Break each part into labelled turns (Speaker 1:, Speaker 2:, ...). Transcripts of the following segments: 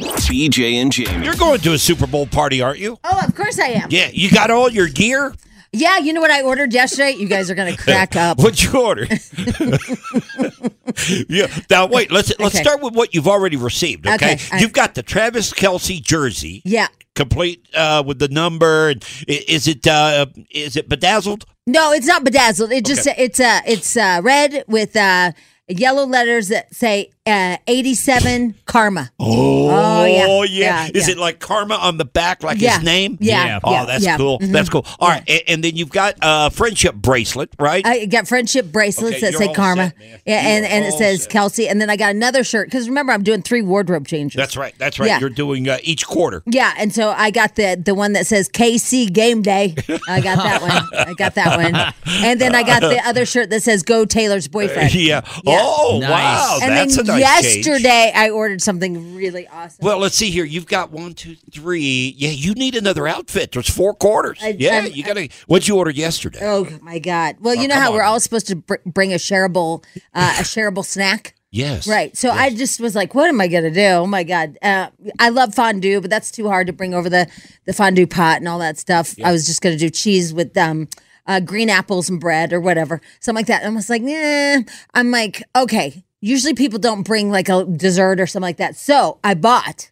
Speaker 1: BJ and Jamie.
Speaker 2: You're going to a Super Bowl party, aren't you?
Speaker 3: Oh, of course I am. Yeah.
Speaker 2: Yeah, you got all your gear.
Speaker 3: you know what I ordered yesterday? You guys are gonna crack up.
Speaker 2: What'd you order? yeah. Now wait. Let's let's
Speaker 3: Okay.
Speaker 2: start with what you've already received. Okay.
Speaker 3: Okay, all right.
Speaker 2: You've got the Travis Kelsey jersey,
Speaker 3: Yeah.
Speaker 2: complete uh, with the number. And i- is it uh, is it bedazzled?
Speaker 3: No, it's not bedazzled. It just it's uh it's uh red with uh yellow letters that say uh 87 karma.
Speaker 2: Oh,
Speaker 3: yeah,
Speaker 2: yeah.
Speaker 3: yeah,
Speaker 2: Is
Speaker 3: yeah.
Speaker 2: it like karma on the back, like
Speaker 3: Yeah,
Speaker 2: his name?
Speaker 3: yeah, Yeah.
Speaker 2: Oh,
Speaker 3: yeah,
Speaker 2: that's
Speaker 3: yeah.
Speaker 2: cool.
Speaker 3: Mhm.
Speaker 2: That's cool. All right, a- And, then you've got uh, friendship bracelet, right?
Speaker 3: I got friendship bracelets
Speaker 2: Okay,
Speaker 3: that
Speaker 2: you're
Speaker 3: say
Speaker 2: all
Speaker 3: karma.
Speaker 2: set, man.
Speaker 3: yeah,
Speaker 2: You
Speaker 3: and
Speaker 2: are
Speaker 3: and it
Speaker 2: all
Speaker 3: says
Speaker 2: set.
Speaker 3: Kelsey and then I got another shirt cuz remember I'm doing three wardrobe changes.
Speaker 2: that's right. That's right.
Speaker 3: Yeah.
Speaker 2: You're doing uh, each quarter.
Speaker 3: Yeah, and so I got the the one that says KC Game Day. I got that one. I got that one. And then I got the other shirt that says Go Taylor's boyfriend.
Speaker 2: Yeah.
Speaker 3: Yeah.
Speaker 2: Oh, wow.
Speaker 3: and
Speaker 2: that's
Speaker 3: then
Speaker 2: a nice cage.
Speaker 3: yesterday I ordered something really awesome.
Speaker 2: Well, let's see here. You've got one, two, three. Yeah, you need another outfit. There's four quarters.
Speaker 3: I-
Speaker 2: yeah,
Speaker 3: I'm-
Speaker 2: you gotta. What'd you order yesterday?
Speaker 3: oh my god! Well, you know
Speaker 2: come
Speaker 3: how
Speaker 2: on.
Speaker 3: we're all supposed to br- bring a shareable, uh, a shareable snack,
Speaker 2: yes.
Speaker 3: right? So I just was like, what am I gonna do? Oh my god! Uh, I love fondue, but that's too hard to bring over the the fondue pot and all that stuff. I was just gonna do cheese with um. Uh, green apples and bread or whatever, something like that. And I was like, nah. I'm like, okay. Usually people don't bring like a dessert or something like that. So I bought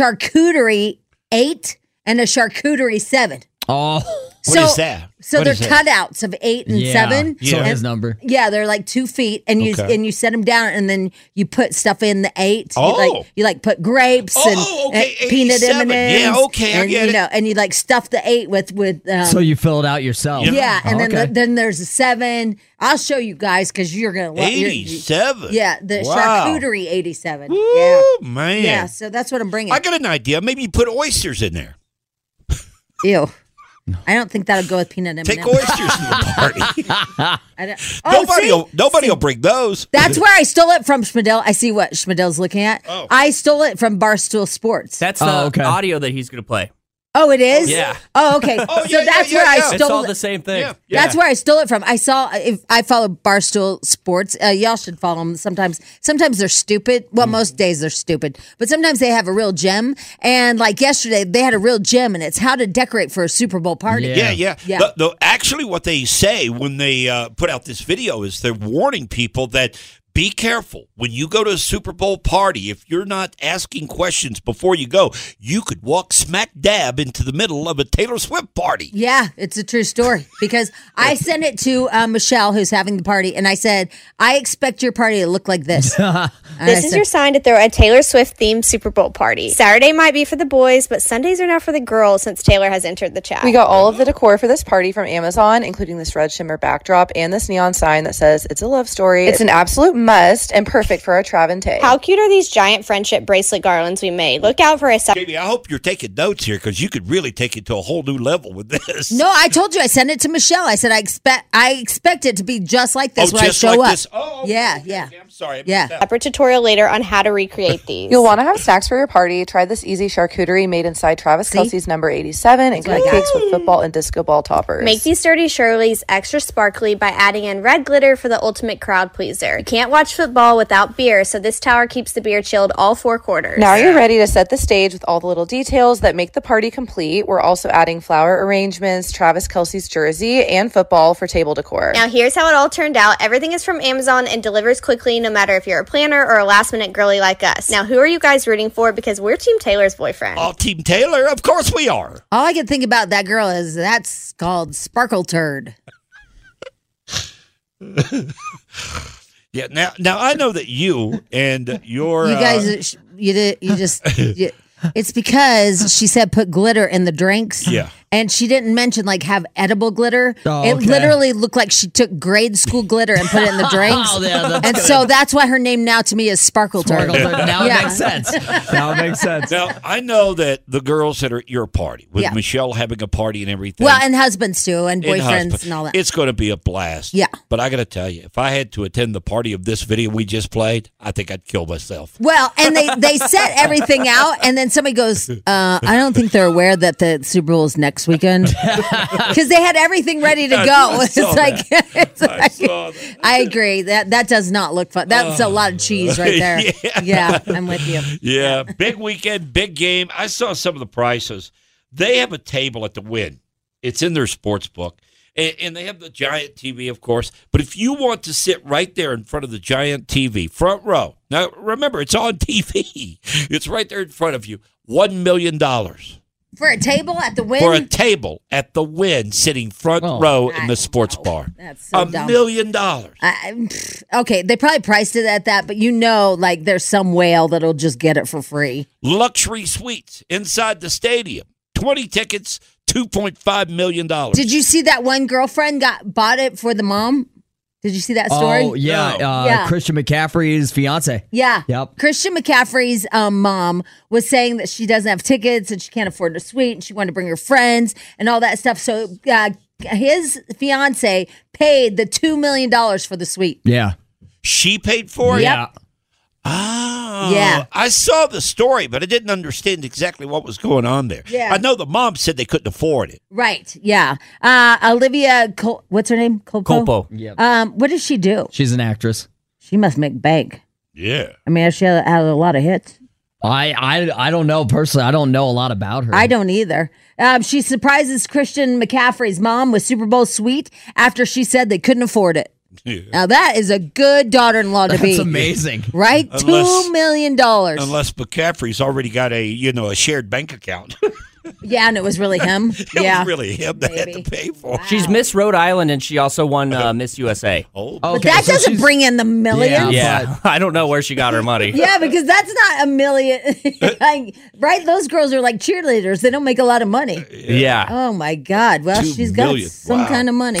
Speaker 3: charcuterie eight and a charcuterie seven.
Speaker 4: Oh,
Speaker 2: What
Speaker 3: so,
Speaker 2: is that?
Speaker 3: So
Speaker 2: What
Speaker 3: they're
Speaker 2: is that?
Speaker 3: cutouts of eight and
Speaker 4: yeah.
Speaker 3: seven.
Speaker 4: So
Speaker 2: Yeah.
Speaker 4: his number.
Speaker 3: Yeah, they're like two feet, and you
Speaker 2: Okay.
Speaker 3: and you set them down, and then you put stuff in the eight.
Speaker 2: Oh.
Speaker 3: you like you like put grapes
Speaker 2: Oh,
Speaker 3: and,
Speaker 2: okay,
Speaker 3: and peanut
Speaker 2: 87.
Speaker 3: M and M's.
Speaker 2: Yeah, okay, I
Speaker 3: and,
Speaker 2: get
Speaker 3: you
Speaker 2: it.
Speaker 3: know, and you like stuff the eight with with um,
Speaker 4: So you fill it out yourself.
Speaker 3: yeah, and
Speaker 4: Oh,
Speaker 3: then
Speaker 4: okay.
Speaker 3: the, then there's a seven. I'll show you guys because you're gonna love you're- you-
Speaker 2: Eighty-seven.
Speaker 3: Yeah, the
Speaker 2: Wow.
Speaker 3: charcuterie eighty-seven. Yeah,
Speaker 2: Ooh, man.
Speaker 3: yeah. So that's what I'm bringing.
Speaker 2: I got an idea. Maybe you put oysters in there.
Speaker 3: Ew. I don't think that'll go with peanut M&M's.
Speaker 2: Take oysters to the party.
Speaker 3: I don't- Oh,
Speaker 2: nobody,
Speaker 3: see?
Speaker 2: will, nobody will bring those.
Speaker 3: That's where I stole it from Schmidel. I see what Schmidel's looking at.
Speaker 2: Oh.
Speaker 3: I stole it from Barstool Sports.
Speaker 5: That's
Speaker 4: Oh,
Speaker 5: the
Speaker 4: okay.
Speaker 5: audio that he's going to play.
Speaker 3: oh, it is.
Speaker 5: Yeah.
Speaker 3: Oh, okay.
Speaker 2: Oh,
Speaker 3: so
Speaker 2: yeah,
Speaker 3: that's
Speaker 2: yeah,
Speaker 3: where
Speaker 2: yeah, yeah.
Speaker 3: I
Speaker 5: It's all
Speaker 3: stole
Speaker 5: the
Speaker 3: it.
Speaker 5: same thing.
Speaker 2: Yeah.
Speaker 3: That's where I stole it from. I saw if I follow Barstool Sports. Uh, y'all should follow them. Sometimes, sometimes they're stupid. Well,
Speaker 2: Hmm.
Speaker 3: most days they're stupid, but sometimes they have a real gem. And like yesterday, they had a real gem, and it's how to decorate for a Super Bowl party.
Speaker 2: Yeah,
Speaker 4: Yeah.
Speaker 2: yeah.
Speaker 3: Yeah.
Speaker 2: The- the- actually, what they say when they uh, put out this video is they're warning people that be careful when you go to a Super Bowl party. If you're not asking questions before you go, you could walk smack dab into the middle of a Taylor Swift party.
Speaker 3: Yeah, it's a true story because I sent it to uh, Michelle, who's having the party, and I said, "I expect your party to look like this." And I
Speaker 6: This is
Speaker 3: said-
Speaker 6: your sign to throw a Taylor Swift themed Super Bowl party. Saturday might be for the boys, but Sundays are now for the girls since Taylor has entered the chat.
Speaker 7: We got all of the decor for this party from Amazon, including this red shimmer backdrop and this neon sign that says it's a love story. It's an absolute must and perfect for a Travante.
Speaker 6: How cute are these giant friendship bracelet garlands we made? Look out for a second.
Speaker 2: Jamie, I hope you're taking notes here because you could really take it to a whole new level with this.
Speaker 3: No, I told you I sent it to Michelle. I said I expect I expect it to be just like this
Speaker 2: oh,
Speaker 3: when
Speaker 2: just
Speaker 3: I show
Speaker 2: like
Speaker 3: up.
Speaker 2: this. Oh, okay,
Speaker 3: yeah,
Speaker 2: okay,
Speaker 3: yeah.
Speaker 2: okay. I'm sorry. I
Speaker 3: Yeah.
Speaker 2: missed that.
Speaker 6: Separate tutorial later on how to recreate these.
Speaker 7: You'll want to have snacks for your party. Try this easy charcuterie made inside Travis Kelsey's number 87 and
Speaker 3: what I got.
Speaker 7: cupcakes with football and disco ball toppers.
Speaker 6: Make these Dirty Shirley's extra sparkly by adding in red glitter for the ultimate crowd pleaser. You can't can't watch football without beer, so this tower keeps the beer chilled all four quarters.
Speaker 7: Now you're ready to set the stage with all the little details that make the party complete. We're also adding flower arrangements, Travis Kelsey's jersey, and football for table decor.
Speaker 6: Now, here's how it all turned out. Everything is from Amazon and delivers quickly, no matter if you're a planner or a last minute girly like us. Now, who are you guys rooting for? Because we're Team Taylor's boyfriend.
Speaker 2: All Team Taylor, of course we are.
Speaker 3: All I can think about that girl is that's called Sparkle Turd.
Speaker 2: Yeah. Now, now I know that you and your
Speaker 3: You guys,
Speaker 2: uh,
Speaker 3: sh- you did, you just. you- it's because she said put glitter in the drinks.
Speaker 2: Yeah.
Speaker 3: And she didn't mention like have edible glitter.
Speaker 4: Oh,
Speaker 3: It
Speaker 4: okay.
Speaker 3: literally looked like she took grade school glitter and put it in the drinks.
Speaker 4: Oh, yeah, that's
Speaker 3: and so that's why her name now to me is Sparkle Turd.
Speaker 4: Sparkle Turd. Now
Speaker 3: Yeah.
Speaker 4: it makes sense. Now it makes sense.
Speaker 2: now I know that the girls that are at your party with
Speaker 3: Yeah.
Speaker 2: Michelle having a party and everything.
Speaker 3: Well, and husbands too,
Speaker 2: and
Speaker 3: and boyfriends and,
Speaker 2: husband,
Speaker 3: all that.
Speaker 2: It's going to be a blast.
Speaker 3: Yeah.
Speaker 2: But I got to tell you, if I had to attend the party of this video we just played, I think I'd kill myself.
Speaker 3: Well, and they they set everything out, and then somebody goes, uh, "I don't think they're aware that the Super Bowl is next weekend because they had everything ready to
Speaker 2: I-
Speaker 3: go."
Speaker 2: I
Speaker 3: it's
Speaker 2: saw
Speaker 3: like, it's
Speaker 2: I
Speaker 3: like-
Speaker 2: saw that.
Speaker 3: I agree that that does not look fun. That's a lot of cheese right there.
Speaker 2: Oh. Yeah.
Speaker 3: Yeah, I'm with you.
Speaker 2: Yeah, big weekend, big game. I saw some of the prices. They have a table at the Win. It's in their sports book, and, and they have the giant TV, of course. But if you want to sit right there in front of the giant TV, front row. Now remember, it's on TV. It's right there in front of you. One million dollars
Speaker 3: For a table at the
Speaker 2: for a
Speaker 3: win,
Speaker 2: table at the Win, sitting front
Speaker 4: Oh.
Speaker 2: row in
Speaker 3: I
Speaker 2: the sports
Speaker 3: know.
Speaker 2: bar.
Speaker 3: That's so
Speaker 2: a
Speaker 3: dumb.
Speaker 2: million dollars.
Speaker 3: I, pfft, okay, they probably priced it at that, but you know, like there's some whale that'll just get it for free.
Speaker 2: Luxury suites inside the stadium. Twenty tickets, two point five million dollars.
Speaker 3: Did you see that one girlfriend got bought it for the mom? Did you see that story?
Speaker 4: Oh yeah,
Speaker 2: No.
Speaker 4: uh,
Speaker 3: Yeah.
Speaker 4: Christian McCaffrey's fiance.
Speaker 3: Yeah.
Speaker 4: Yep.
Speaker 3: Christian McCaffrey's um, mom was saying that she doesn't have tickets and she can't afford a suite and she wanted to bring her friends and all that stuff. So uh, his fiance paid the $2 million for the suite.
Speaker 4: Yeah.
Speaker 2: She paid for it?
Speaker 4: Yeah.
Speaker 2: Oh.
Speaker 3: Yeah.
Speaker 2: I saw the story, but I didn't understand exactly what was going on there.
Speaker 3: Yeah.
Speaker 2: I know the mom said they couldn't afford it.
Speaker 3: Right. Yeah. Uh, Olivia, Col- what's her name? Colpo.
Speaker 4: Yep.
Speaker 3: Um, what does she do?
Speaker 4: She's an actress.
Speaker 3: She must make bank.
Speaker 2: Yeah.
Speaker 3: I mean, she had, had a lot of hits.
Speaker 4: I, I I don't know personally. I don't know a lot about her.
Speaker 3: I don't either. Um, she surprises Christian McCaffrey's mom with Super Bowl suite after she said they couldn't afford it. Now that is a good daughter-in-law to be.
Speaker 4: It's amazing.
Speaker 3: right?
Speaker 2: Unless-
Speaker 3: Two million dollars.
Speaker 2: Unless McCaffrey's already got a, you know, a shared bank account. it
Speaker 3: yeah, and it was really him. yeah,
Speaker 2: was really him that had to
Speaker 3: Maybe.
Speaker 2: pay for it.
Speaker 1: She's Miss Rhode Island and she also won uh, Miss USA.
Speaker 2: Oh,
Speaker 3: but
Speaker 4: Okay,
Speaker 3: that
Speaker 4: so
Speaker 3: doesn't
Speaker 4: she's-
Speaker 3: bring in the millions. Yeah.
Speaker 1: Yeah, I don't know where she got her money.
Speaker 3: because that's not a million, Like, right? Those girls are like cheerleaders; they don't make a lot of money.
Speaker 1: Yeah.
Speaker 3: Oh my God! Well,
Speaker 2: Two
Speaker 3: she's got
Speaker 2: million.
Speaker 3: some
Speaker 2: Wow.
Speaker 3: kind of money.